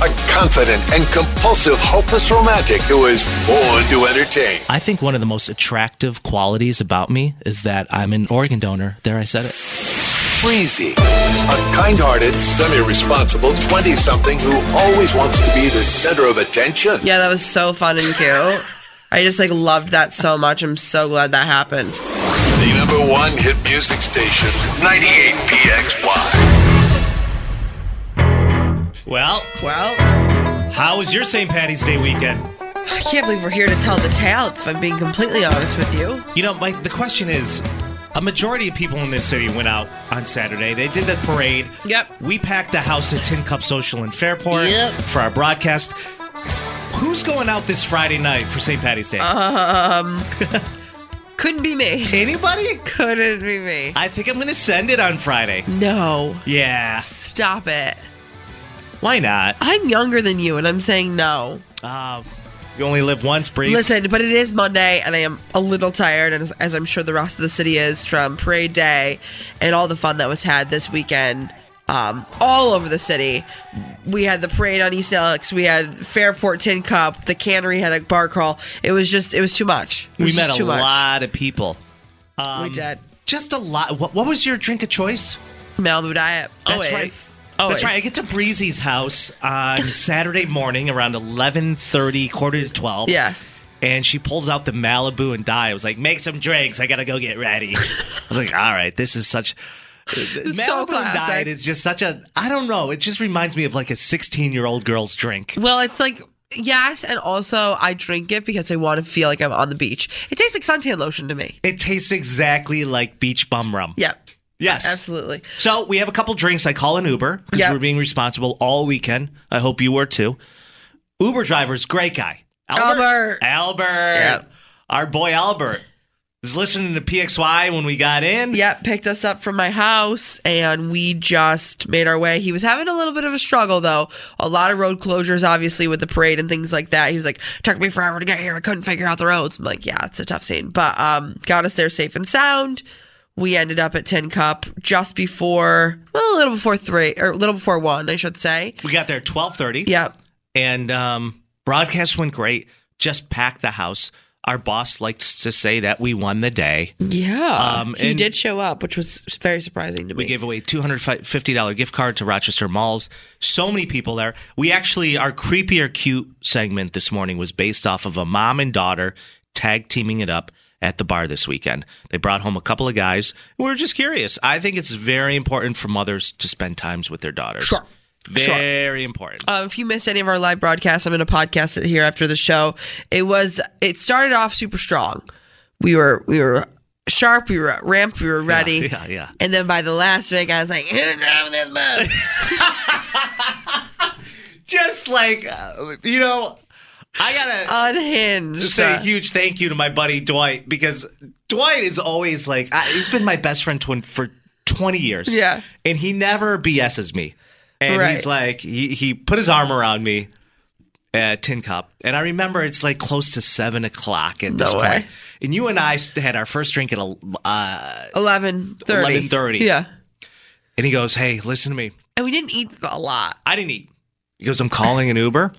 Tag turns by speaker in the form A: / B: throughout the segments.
A: a confident and compulsive hopeless romantic who is born to entertain.
B: I think one of the most attractive qualities about me is that I'm an organ donor. There, I said it.
A: Breezy, a kind hearted, semi responsible 20 something who always wants to be the center of attention.
C: Yeah, that was so fun and cute. I just like loved that so much. I'm so glad that happened.
A: The number one hit music station, 98 BXY.
D: Well,
C: Well,
D: how was your St. Patty's Day weekend?
C: I can't believe we're here to tell the tale. If I'm being completely honest with you,
D: You know, Mike, the question is a majority of people in this city went out on Saturday. They did the parade.
C: Yep.
D: We packed the house at Tin Cup Social in Fairport
C: Yep.
D: for our broadcast. Who's going out this Friday night for St. Patty's Day?
C: Uh-huh. couldn't be me.
D: Anybody?
C: Couldn't be me.
D: I think I'm going to send it on Friday.
C: No,
D: Yeah.
C: stop it.
D: Why not?
C: I'm younger than you, and I'm saying no.
D: Uh, you only live once, Breeze.
C: Listen, but it is Monday, and I am a little tired, and as, as I'm sure the rest of the city is from parade day and all the fun that was had this weekend, um, all over the city. We had the parade on East Alex. We had Fairport Tin Cup. The cannery had a bar crawl. It was just, it was too much. It
D: we
C: was
D: met
C: just
D: a
C: too much.
D: lot of people.
C: we did
D: Just a lot. What, what was your drink of choice?
C: Malibu diet.
D: That's
C: Always.
D: right.
C: Always.
D: That's right. I get to Breezy's house on Saturday morning around eleven thirty, quarter to twelve.
C: Yeah.
D: And she pulls out the Malibu and die. I was like, make some drinks. I gotta go get ready. I was like, all right, this is such.
C: is so
D: Malibu and
C: classic.
D: Diet is just such a. I don't know. It just reminds me of like a sixteen-year-old girl's drink.
C: Well, it's like yes, and also I drink it because I want to feel like I'm on the beach. It tastes like suntan lotion to me.
D: It tastes exactly like beach bum rum.
C: Yep,
D: Yes.
C: absolutely.
D: So we have a couple drinks. I call an Uber because
C: Yep.
D: we're being responsible all weekend. I hope you were too. Uber driver's great guy.
C: Albert.
D: Albert.
C: Yep.
D: Our boy Albert is listening to PXY when we got in.
C: Yep, picked us up from my house and we just made our way. He was having a little bit of a struggle though. A lot of road closures, obviously, with the parade and things like that. He was like, took me forever to get here. I couldn't figure out the roads. I'm like, yeah, it's a tough scene. But um, got us there safe and sound. We ended up at Tin Cup just before, well, a little before three, or a little before one, I should say.
D: We got there at 1230.
C: Yep.
D: And um, broadcast went great. Just packed the house. Our boss likes to say that we won the day.
C: Yeah.
D: Um,
C: he
D: and-
C: did show up, which was very surprising to
D: We
C: me.
D: gave away $250 gift card to Rochester Malls. So many people there. We actually, our creepy or cute segment this morning was based off of a mom and daughter tag teaming it up at the bar this weekend. They brought home a couple of guys. We were just curious. I think it's very important for mothers to spend times with their daughters.
C: Sure. Sure.
D: Very important.
C: Uh, if you missed any of our live broadcasts, I'm going to podcast it here after the show. It was it started off super strong. We were we were sharp, we were ramped, we were ready.
D: yeah, yeah.
C: And then by the last week, I was like, "Who's driving this bus?"
D: Just like, uh, you know, I
C: Uh,
D: gotta.
C: Unhinged.
D: Just say a huge thank you to my buddy Dwight because Dwight is always like I, he's been my best friend twin for 20 years.
C: Yeah.
D: and he never BS's me, and
C: Right.
D: he's like he, he put his arm around me at Tin Cup, and I remember it's like close to seven o'clock at this
C: No way.
D: point. and you and I had our first drink at a, uh,
C: Eleven thirty.
D: 11:30.
C: Yeah.
D: and he goes, "Hey, listen to me,
C: And we didn't eat a lot.
D: I didn't eat." He goes, "I'm calling an Uber."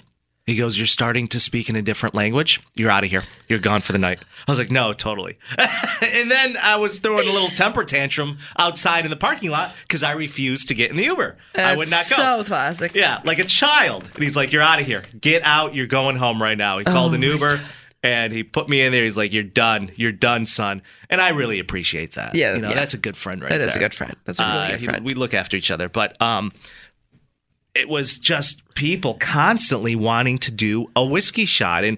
D: He goes, You're starting to speak in a different language. You're out of here. You're gone for the night. I was like, No, totally. and then I was throwing a little temper tantrum outside in the parking lot because I refused to get in the Uber. I would not
C: That's
D: go.
C: So classic.
D: Yeah, like a child. And he's like, You're out of here. Get out. You're going home right now. He
C: Oh
D: called an Uber and he put me in there. He's like, You're done. You're done, son. And I really appreciate that.
C: Yeah,
D: You know,
C: yeah.
D: that's a good friend right
C: That
D: there.
C: is a good friend. That's a really
D: Uh,
C: good
D: he-
C: friend.
D: we look after each other. But um, it was just people constantly wanting to do a whiskey shot. And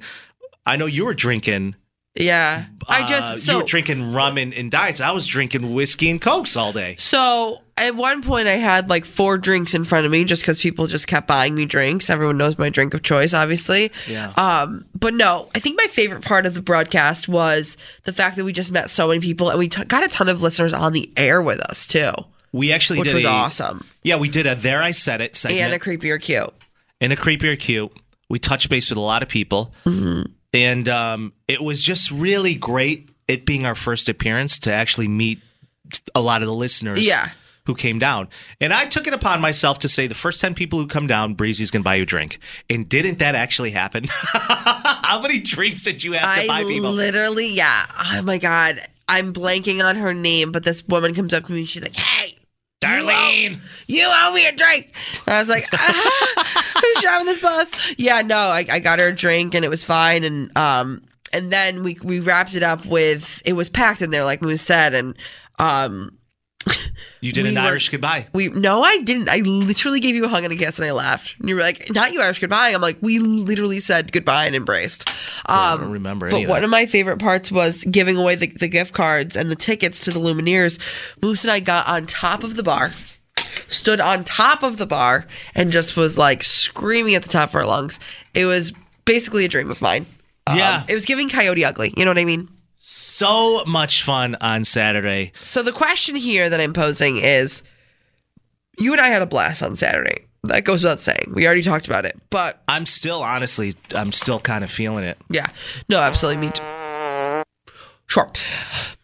D: I know you were drinking.
C: yeah. I
D: uh,
C: just so
D: you were drinking rum and, and diets. I was drinking whiskey and cokes all day.
C: So at one point, I had like four drinks in front of me just because people just kept buying me drinks. Everyone knows my drink of choice, obviously.
D: Yeah.
C: Um, but no, I think my favorite part of the broadcast was the fact that we just met so many people and we t- got a ton of listeners on the air with us too,
D: We actually
C: which
D: did
C: was
D: a-
C: awesome.
D: Yeah, we did a there I said it segment.
C: And a creepy or cute.
D: in a creepier cute. We touched base with a lot of people,
C: Mm-hmm.
D: and um, it was just really great. It being our first appearance to actually meet a lot of the listeners,
C: Yeah.
D: who came down. And I took it upon myself to say the first ten people who come down, Breezy's gonna buy you a drink. And didn't that actually happen? How many drinks did you have to
C: I
D: buy people?
C: literally, yeah. Oh my god, I'm blanking on her name, but this woman comes up to me and she's like, "Hey,
D: Darlene,
C: you owe me a drink. And I was like, ah, who's driving this bus? Yeah, no, I, I got her a drink and it was fine. And um, and then we we wrapped it up with it was packed in there, like Moose said, and um,
D: you did
C: We
D: an
C: were-
D: Irish goodbye.
C: we no, I didn't. I literally gave you a hug and a kiss, and I laughed. And you were like, "Not you, Irish goodbye." I'm like, we literally said goodbye and embraced.
D: I
C: Um,
D: don't remember
C: but
D: any of
C: one
D: that.
C: of my favorite parts was giving away the, the gift cards and the tickets to the Lumineers. Moose and I got on top of the bar, stood on top of the bar, and just was like screaming at the top of our lungs. It was basically a dream of mine. Um,
D: Yeah.
C: It was giving Coyote Ugly. You know what I mean?
D: so much fun on Saturday.
C: So the question here that I'm posing is you and I had a blast on Saturday. That goes without saying. We already talked about it. But
D: I'm still honestly, I'm still kind of feeling it.
C: Yeah. No, absolutely. Me too. Sure.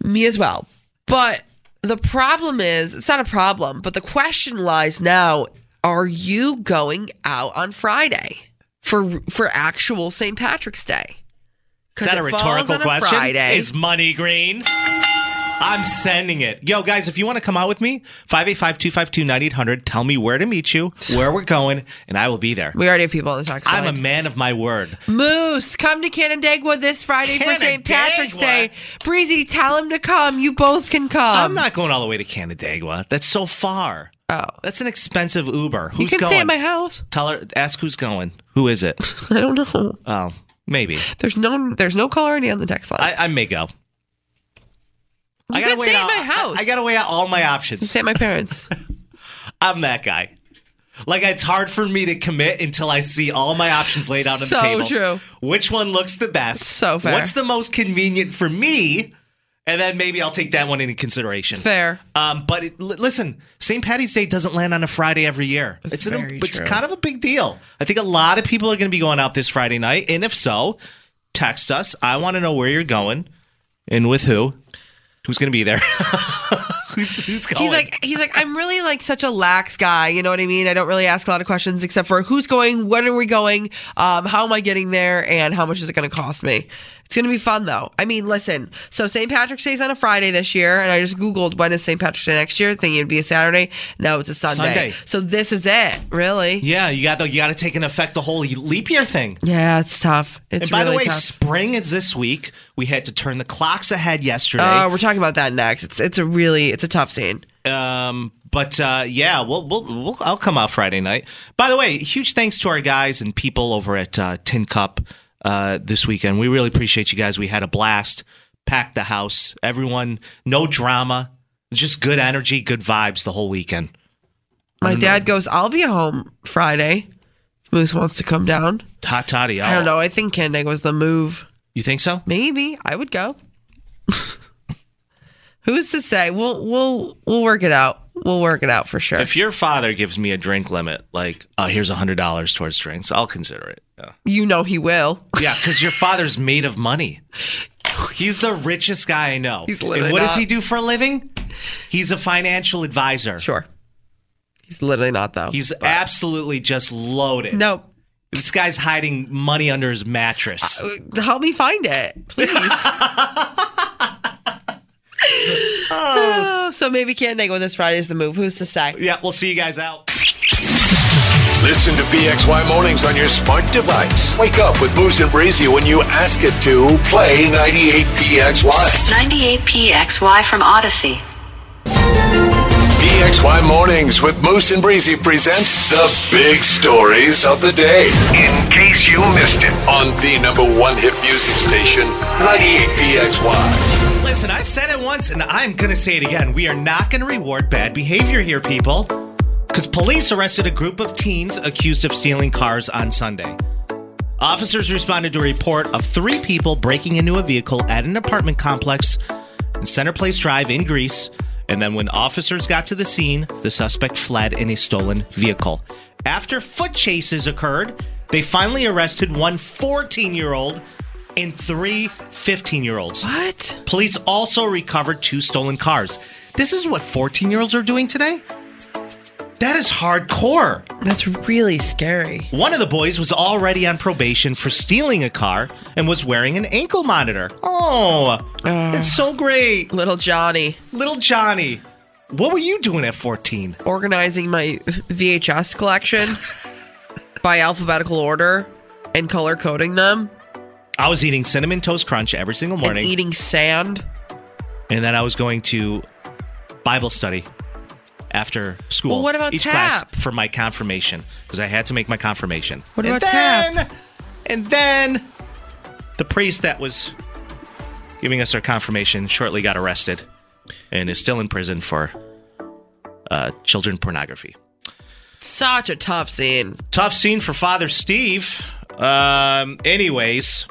C: Me as well. But the problem is, it's not a problem, but the question lies now are you going out on Friday for for actual St. Patrick's Day?
D: Is
C: 'Cause
D: that a
C: it falls
D: rhetorical
C: on a
D: question?
C: Friday.
D: Is money green? I'm sending it. Yo, guys, if you want to come out with me, 585 252 9800, tell me where to meet you, where we're going, and I will be there.
C: we already have people on the talk
D: I'm
C: side.
D: a man of my word.
C: Moose, come to Canandaigua this Friday for St. Patrick's
D: Canandaigua?
C: Day. Breezy, tell him to come. You both can come.
D: I'm not going all the way to Canandaigua. That's so far.
C: Oh.
D: That's an expensive Uber. Who's
C: you can
D: going?
C: stay at my house.
D: Tell her, ask who's going. Who is it?
C: I don't know.
D: oh, maybe.
C: There's no there's no caller ID on the text line.
D: I, I may go.
C: You can
D: weigh
C: stay at
D: out-
C: my
D: I-
C: house.
D: I, got to weigh out all my
C: You
D: options.
C: say my parents.
D: I'm that guy. Like it's hard for me to commit until I see all my options laid out on
C: So
D: the table.
C: true.
D: Which one looks the best?
C: So fair.
D: What's the most convenient for me? And then maybe I'll take that one into consideration.
C: Fair.
D: Um, but it, l- listen, St. Patty's Day doesn't land on a Friday every year. It's, an,
C: very
D: it's
C: true.
D: kind of a big deal. I think a lot of people are going to be going out this Friday night, and if so, text us. I want to know where you're going and with who. Who's going to be there? who's, who's going?
C: He's like he's like I'm really like such a lax guy. You know what I mean? I don't really ask a lot of questions except for who's going, when are we going, um, how am I getting there, and how much is it going to cost me? It's going to be fun though. I mean, listen. So St. Patrick's Day is on a Friday this year, and I just googled when is St. Patrick's Day next year, thinking it'd be a Saturday. No, it's a Sunday.
D: Sunday.
C: So this is it, really.
D: Yeah, you got to you got to take and affect the whole leap year thing.
C: Yeah, it's tough. It's
D: and by
C: really
D: the way,
C: tough.
D: spring is this week. We had to turn the clocks ahead yesterday.
C: Uh, we're talking about that next. It's it's a really it's a tough scene.
D: um, but uh, yeah, we'll, we'll we'll I'll come out Friday night. By the way, huge thanks to our guys and people over at uh, Tin Cup uh, this weekend. We really appreciate you guys. We had a blast. Packed the house. Everyone, no drama. Just good energy, good vibes the whole weekend.
C: My dad goes, I'll be home Friday. Moose wants to come down.
D: Hot toddy.
C: I don't
D: oh.
C: know. I think Canandaigua was the move.
D: You think so?
C: Maybe I would go. Who's to say? We'll we'll we'll work it out. We'll work it out for sure.
D: If your father gives me a drink limit, like uh, here's a hundred dollars towards drinks, I'll consider it. Yeah,
C: you know he will.
D: yeah, because your father's made of money. He's the richest guy I know.
C: He's
D: and
C: literally
D: what does
C: not.
D: he do for a living? He's a financial advisor.
C: Sure. He's literally not though.
D: He's absolutely just loaded.
C: nope.
D: This guy's hiding money under his mattress.
C: Help me find it, please. Oh, so maybe Candango this Friday is the move. Who's to say?
D: yeah, we'll see you guys out.
A: Listen to BXY Mornings on your smart device. Wake up with Moose and Breezy when you ask it to play 98BXY.
E: 98PXY from Odyssey.
A: BXY E Mornings with Moose and Breezy present the big stories of the day. In case you missed it, on the number one hit music station, 98BXY.
D: Listen, I said it once and I'm going to say it again. We are not going to reward bad behavior here, people. Because police arrested a group of teens accused of stealing cars on Sunday. Officers responded to a report of three people breaking into a vehicle at an apartment complex in Center Place Drive in Greece. And then, when officers got to the scene, the suspect fled in a stolen vehicle. After foot chases occurred, they finally arrested one 14 year old and three 15 year olds.
C: What?
D: Police also recovered two stolen cars. This is what 14 year olds are doing today? That is hardcore.
C: That's really scary.
D: One of the boys was already on probation for stealing a car and was wearing an ankle monitor. Oh, it's so great.
C: Little Johnny
D: Little Johnny, what were you doing at 14?
C: organizing my VHS collection by alphabetical order and color coding them
D: I was eating Cinnamon Toast Crunch every single morning,
C: and eating sand.
D: and then I was going to Bible study after school.
C: Well, what about
D: each
C: tap?
D: class for my confirmation? Because I had to make my confirmation.
C: What
D: and
C: about tap?
D: then, And then the priest that was giving us our confirmation shortly got arrested and is still in prison for uh, children pornography.
C: Such a tough scene.
D: Tough scene for Father Steve. Um, anyways,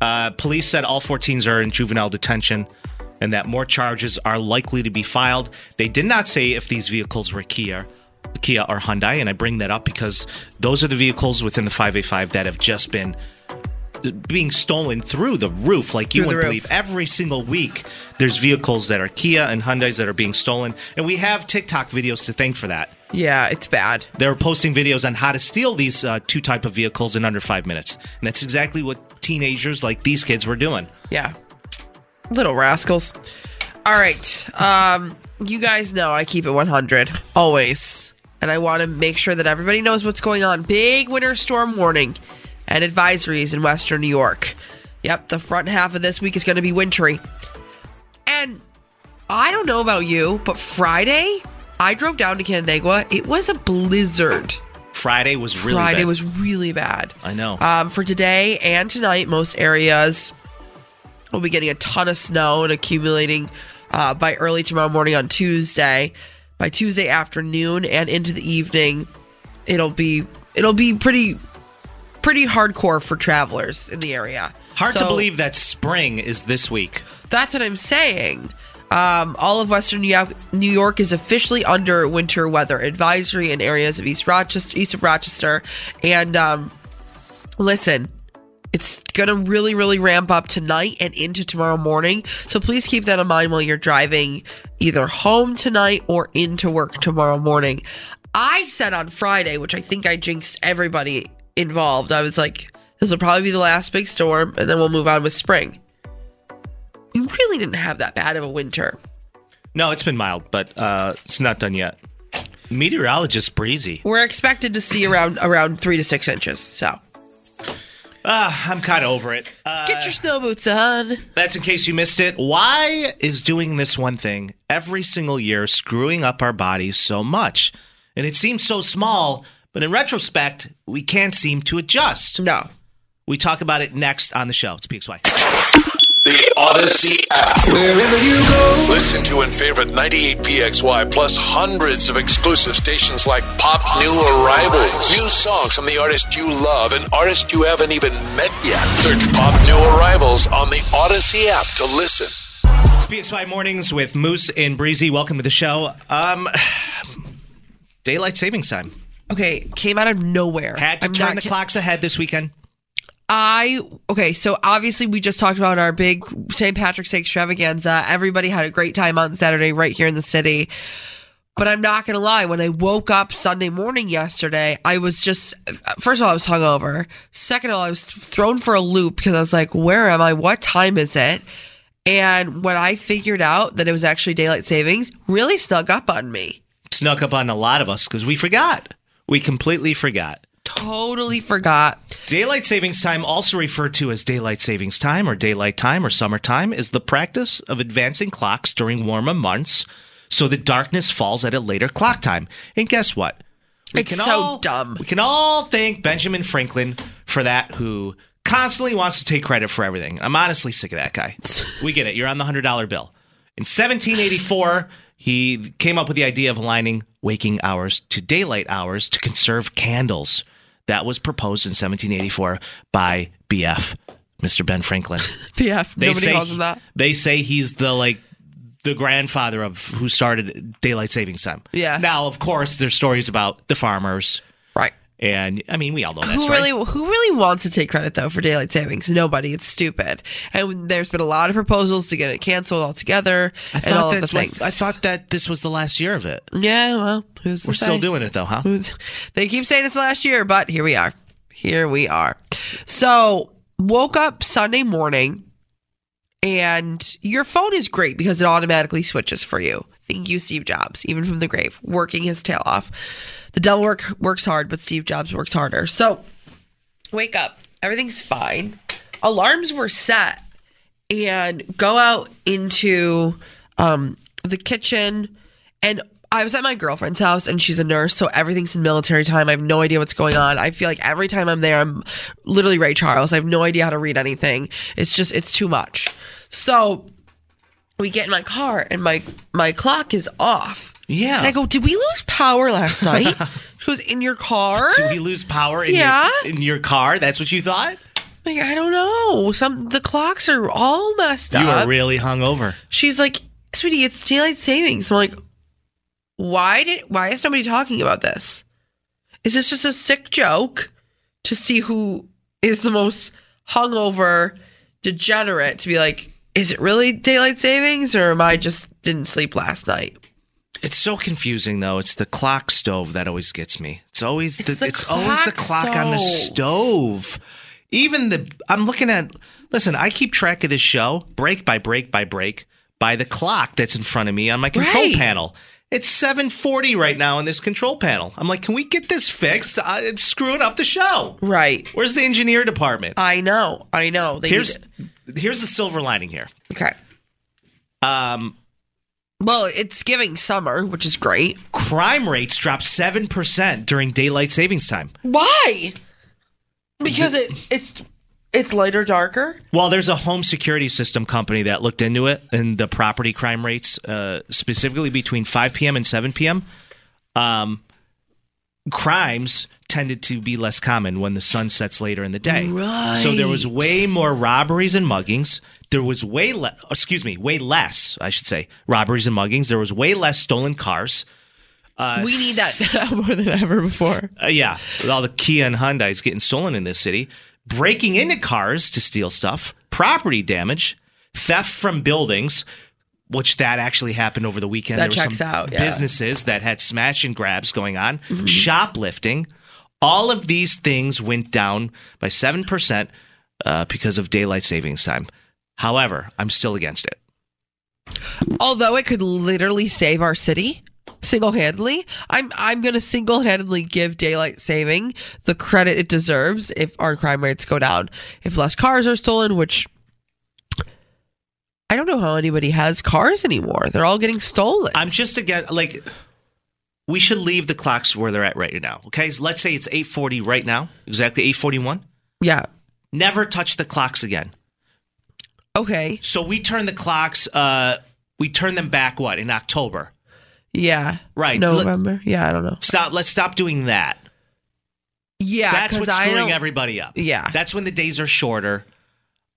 D: uh, police said all 14s are in juvenile detention and that more charges are likely to be filed. They did not say if these vehicles were Kia. Kia or Hyundai, and I bring that up because those are the vehicles within the 585 that have just been being stolen through the roof. Like you
C: Through the
D: wouldn't
C: roof.
D: believe, every single week there's vehicles that are Kia and Hyundai's that are being stolen, and we have TikTok videos to thank for that
C: Yeah, it's bad.
D: they're posting videos on how to steal these uh, two type of vehicles in under five minutes and that's exactly what teenagers like these kids were doing
C: Yeah. Little rascals. All right. Um, you guys know I keep it 100 always. And I want to make sure that everybody knows what's going on. Big winter storm warning and advisories in Western New York. Yep, the front half of this week is going to be wintry. And I don't know about you, but Friday, I drove down to Canandaigua. It was a blizzard.
D: friday was really
C: Friday
D: bad.
C: was really bad.
D: i know
C: Um, for today and tonight, most areas will be getting a ton of snow and accumulating uh, by early tomorrow morning on Tuesday. By Tuesday afternoon and into the evening, it'll be it'll be pretty pretty hardcore for travelers in the area.
D: hard to
C: So-
D: believe that spring is this week
C: that's what I'm saying. Um, all of Western New York, New York is officially under winter weather advisory in areas of East Rochester, east of Rochester, and um, listen, it's gonna really, really ramp up tonight and into tomorrow morning. So please keep that in mind while you're driving either home tonight or into work tomorrow morning. I said on Friday, which I think I jinxed everybody involved. I was like, "This will probably be the last big storm, and then we'll move on with spring." we really didn't have that bad of a winter.
D: no it's been mild but uh, it's not done yet meteorologist breezy
C: We're expected to see around around three to six inches. So
D: Ah, i'm kind of over it uh,
C: get your snow boots on.
D: that's in case you missed it why is doing this one thing every single year screwing up our bodies so much and it seems so small but in retrospect we can't seem to adjust
C: No,
D: We talk about it next on the show. It's PXY.
A: The Odyssey app.
F: Wherever you go.
A: Listen to and favorite 98PXY plus hundreds of exclusive stations like Pop New Arrivals. New songs from the artist you love and artists you haven't even met yet. Search Pop New Arrivals on the Odyssey app to listen.
D: It's PXY Mornings with Moose and Breezy. Welcome to the show. Um, daylight savings time.
C: okay, came out of nowhere.
D: Had to
C: I'm
D: turn
C: not
D: the
C: ki-
D: clocks ahead this weekend.
C: I okay, so obviously we just talked about our big St. Patrick's Day extravaganza. Everybody had a great time on Saturday right here in the city. But I'm not gonna lie, when I woke up Sunday morning yesterday, I was just first of all I was hungover. Second of all, I was thrown for a loop because I was like, "Where am I? What time is it?" And when I figured out that it was actually daylight savings, really snuck up on me.
D: Snuck up on a lot of us because we forgot. We completely forgot.
C: Totally forgot.
D: Daylight savings time, also referred to as daylight savings time or daylight time or summertime, is the practice of advancing clocks during warmer months so that darkness falls at a later clock time. And guess what?
C: it's so
D: all,
C: dumb.
D: We can all thank Benjamin Franklin for that, who constantly wants to take credit for everything. I'm honestly sick of that guy. We get it. You're on the hundred dollar bill. In 1784, he came up with the idea of aligning waking hours to daylight hours to conserve candles. That was proposed in 1784 by BF, Mr. Ben Franklin.
C: PF.
D: They
C: Nobody
D: say
C: calls him that.
D: they say he's the like the grandfather of who started daylight savings time.
C: Yeah.
D: Now, of course, there's stories about the farmers,
C: Right.
D: and I mean, we all know that
C: who
D: story.
C: really who really wants to take credit though for daylight savings? Nobody. It's stupid. And there's been a lot of proposals to get it canceled altogether
D: I
C: and all
D: thought
C: of the
D: that's what-
C: things.
D: I thought that this was the last year of it.
C: Yeah, well, who's to
D: We're still
C: say?
D: doing it though, huh?
C: Who's- They keep saying it's last year, but here we are. Here we are. So woke up Sunday morning, and your phone is great because it automatically switches for you. Thank you, Steve Jobs, even from the grave, working his tail off. The devil work works hard, but Steve Jobs works harder. So wake up, everything's fine. Alarms were set, and go out into um, the kitchen. And I was at my girlfriend's house, and she's a nurse, so everything's in military time. I have no idea what's going on. I feel like every time I'm there, I'm literally Ray Charles. I have no idea how to read anything. It's just, it's too much. So we get in my car, and my my clock is off.
D: Yeah.
C: And I go, did we lose power last night? she was in your car.
D: Did we lose power in,
C: Yeah.
D: your, in your car? That's what you thought?
C: Like, I don't know. Some the clocks are all messed
D: You
C: up.
D: were really hungover.
C: She's like, sweetie, it's daylight savings. I'm like, why did why is nobody talking about this? Is this just a sick joke to see who is the most hungover degenerate to be like, is it really daylight savings or am I just didn't sleep last night?
D: It's so confusing though. It's the clock stove that always gets me. It's always the it's,
C: the
D: always the
C: clock
D: clock on the stove. Even the I'm looking at listen, I keep track of this show break by break by break by the clock that's in front of me on my control
C: Right.
D: panel. It's 7:40 right now in this control panel. I'm like, "Can we get this fixed? I, am screwing up the show."
C: Right.
D: Where's the engineer department?
C: I know. I know. Oh, They
D: here's
C: need it.
D: here's the silver lining here.
C: Okay.
D: Um
C: Well, it's giving summer, which is great.
D: crime rates dropped 7% during daylight savings time.
C: Why? Because it it's it's lighter, darker.
D: Well, there's a home security system company that looked into it and the property crime rates, uh, specifically between 5 p.m. and 7 p.m. Um, crimes tended to be less common when the sun sets later in the day. So there was way more robberies and muggings. There was way less, excuse me, way less, I should say, robberies and muggings. There was way less stolen cars.
C: we need that more than ever before.
D: Uh, yeah, with all the Kia and Hyundai's getting stolen in this city, breaking into cars to steal stuff, property damage, theft from buildings, which that actually happened over the weekend.
C: That
D: there were
C: checks
D: some
C: out, yeah. Mm-hmm.
D: Businesses that had smash and grabs going on, shoplifting. All of these things went down by seven percent uh, because of daylight savings time. However, I'm still against it.
C: Although it could literally save our city single-handedly, I'm I'm going to single-handedly give daylight saving the credit it deserves if our crime rates go down, if less cars are stolen, which I don't know how anybody has cars anymore. They're all getting stolen.
D: I'm just again like we should leave the clocks where they're at right now. Okay, so let's say it's 8:40 right now, exactly 8:41.
C: yeah.
D: Never touch the clocks again.
C: Okay.
D: So we turn the clocks. Uh, we turn them back. What in October?
C: Yeah.
D: Right.
C: November. yeah, I don't know.
D: Stop. Let's stop doing that.
C: Yeah,
D: That's
C: 'cause
D: what's
C: I
D: screwing
C: don't-
D: everybody up.
C: Yeah.
D: That's when the days are shorter.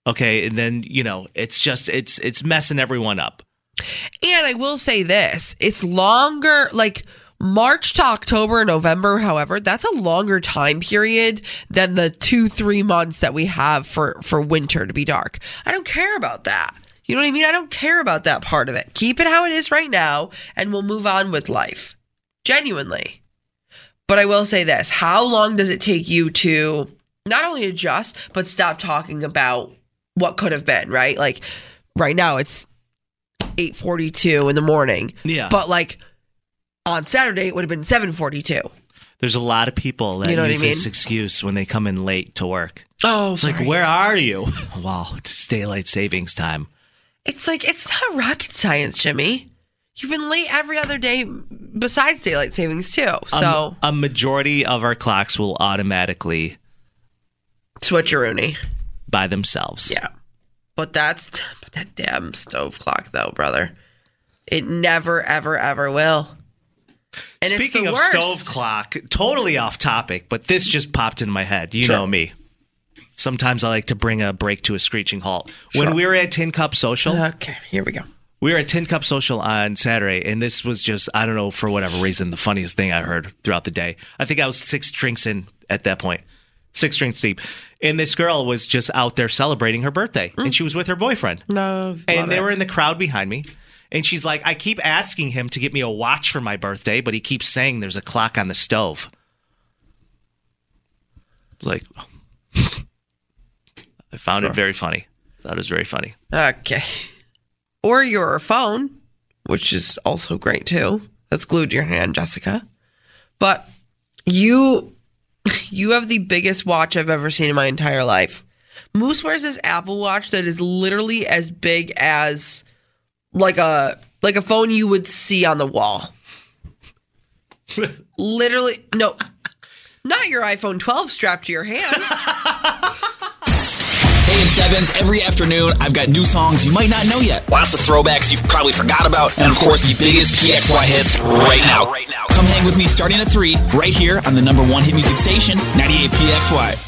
D: Okay, and then you know it's just it's it's messing everyone up.
C: And I will say this it's longer, like March to October, November, however, that's a longer time period than the two, three months that we have for, for winter to be dark. I don't care about that. You know what I mean? I don't care about that part of it. Keep it how it is right now, and we'll move on with life. Genuinely. But I will say this how long does it take you to not only adjust, but stop talking about what could have been, right? Like right now it's 8:42 in the morning.
D: Yeah.
C: But like on Saturday it would have been 7:42.
D: There's a lot of people that
C: You know what I
D: use this
C: mean?
D: excuse when they come in late to work.
C: Oh,
D: It's like, where are you? Well, it's daylight savings time.
C: It's like it's not rocket science, Jimmy. You've been late every other day besides daylight savings too.
D: A-
C: So
D: Um, a majority of our clocks will automatically
C: switcheroony.
D: by themselves.
C: Yeah. But that's but that damn stove clock though, brother. It never ever ever will. And it's
D: Speaking
C: the
D: of
C: worst.
D: stove clock, totally off topic, but this just popped into my head. You
C: Sure.
D: know me. Sometimes I like to bring a break to a screeching halt. When
C: Sure.
D: we were at Tin Cup Social,
C: Okay, here we go.
D: we were at Tin Cup Social on Saturday, and this was just, I don't know, for whatever reason, the funniest thing I heard throughout the day. I think I was six drinks in at that point, six drinks deep. And this girl was just out there celebrating her birthday,
C: Mm.
D: and she was with her boyfriend.
C: Love.
D: and
C: love
D: they
C: it.
D: were in the crowd behind me. And she's like, I keep asking him to get me a watch for my birthday, but he keeps saying there's a clock on the stove. Like, I found it very funny. That was very funny.
C: Okay. Or your phone, which is also great too. That's glued to your hand, Jessica. But you you have the biggest watch I've ever seen in my entire life. Moose wears this Apple Watch that is literally as big as like a like a phone you would see on the wall. literally no. Not your iPhone 12 strapped to your hand.
G: Hey, it's Debbins. Every afternoon, I've got new songs you might not know yet. Lots of throwbacks you've probably forgot about, and of course, the biggest PXY hits right now. Come hang with me starting at 3 right here on the number one hit music station, 98PXY.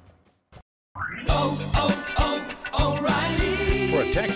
H: Protect